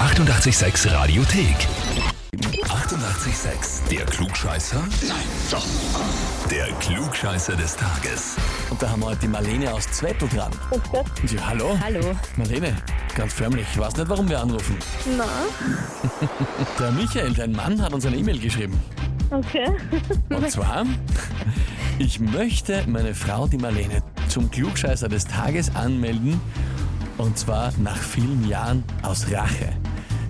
886 Radiothek. 88,6. Der Klugscheißer? Nein, doch. Der Klugscheißer des Tages. Und da haben wir heute die Marlene aus Zwettl dran. Grüß Gott. Ja, hallo. Hallo. Marlene, ganz förmlich. Ich weiß nicht, warum wir anrufen. Na, Der Michael, dein Mann, hat uns eine E-Mail geschrieben. okay. Und zwar, ich möchte meine Frau, die Marlene, zum Klugscheißer des Tages anmelden. Und zwar nach vielen Jahren aus Rache.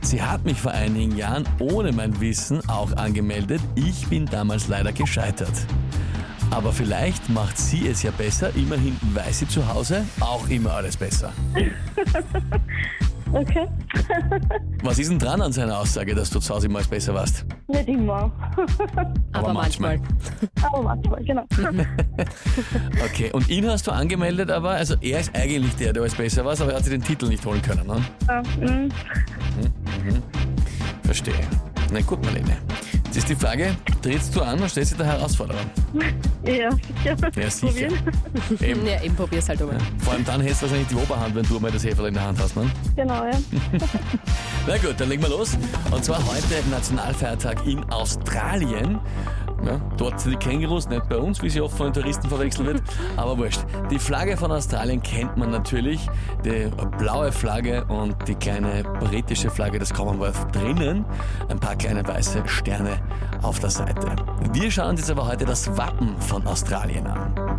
Sie hat mich vor einigen Jahren ohne mein Wissen auch angemeldet. Ich bin damals leider gescheitert. Aber vielleicht macht sie es ja besser. Immerhin weiß sie zu Hause auch immer alles besser. Okay. Was ist denn dran an seiner Aussage, dass du zu Hause immer alles besser warst? Nicht immer. Aber manchmal. Aber manchmal, genau. Okay, und ihn hast du angemeldet, aber also er ist eigentlich der, der alles besser war, aber er hat sich den Titel nicht holen können. Ne? Ja, mm. Verstehe. Na gut, Marlene. Jetzt ist die Frage, trittst du an und stellst dir der Herausforderung? ja, sicher. Ja, sicher. Probieren. Eben. Ja, eben probier's halt einmal. Vor allem dann hättest du wahrscheinlich die Oberhand, wenn du mal das Heferl in der Hand hast. Ne? Genau, ja. Na gut, dann legen wir los. Und zwar heute Nationalfeiertag in Australien. Ja, dort sind die Kängurus, nicht bei uns, wie sie oft von den Touristen verwechselt wird, aber wurscht. Die Flagge von Australien kennt man natürlich, die blaue Flagge und die kleine britische Flagge des Commonwealth drinnen, ein paar kleine weiße Sterne auf der Seite. Wir schauen uns jetzt aber heute das Wappen von Australien an.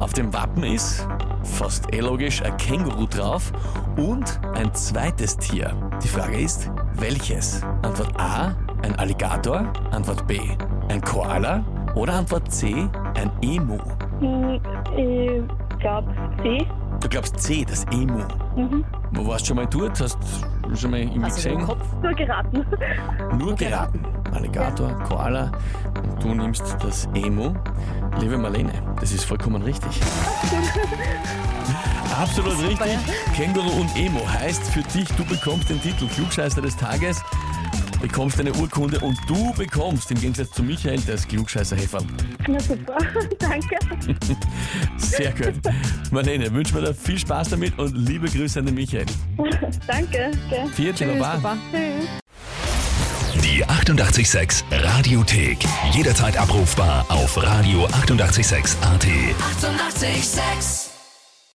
Auf dem Wappen ist, fast eh logisch, ein Känguru drauf und ein zweites Tier. Die Frage ist, welches? Antwort A, ein Alligator. Antwort B, ein Koala. Oder Antwort C, ein Emu. Mm, Ich glaube, C. Du glaubst C, das Emu. Mhm. Wo warst du schon mal dort? Hast du schon mal irgendwie Also den gesehen? Kopf. So geraten. Nur geraten. Alligator, Koala und du nimmst das Emu. Liebe Marlene, das ist vollkommen richtig. Absolut richtig. Känguru und Emo heißt für dich, du bekommst den Titel Klugscheißer des Tages, bekommst eine Urkunde und du bekommst im Gegensatz zu Michael das Klugscheißer-Heferl. Na super. Danke. Sehr gut. Marlene, wünschen wir dir viel Spaß damit und liebe Grüße an den Michael. Danke. Okay. Vier, Tschüss, Baba. Die 88,6 Radiothek. Jederzeit abrufbar auf radio886.at. 88,6. Eighty-eight, sex.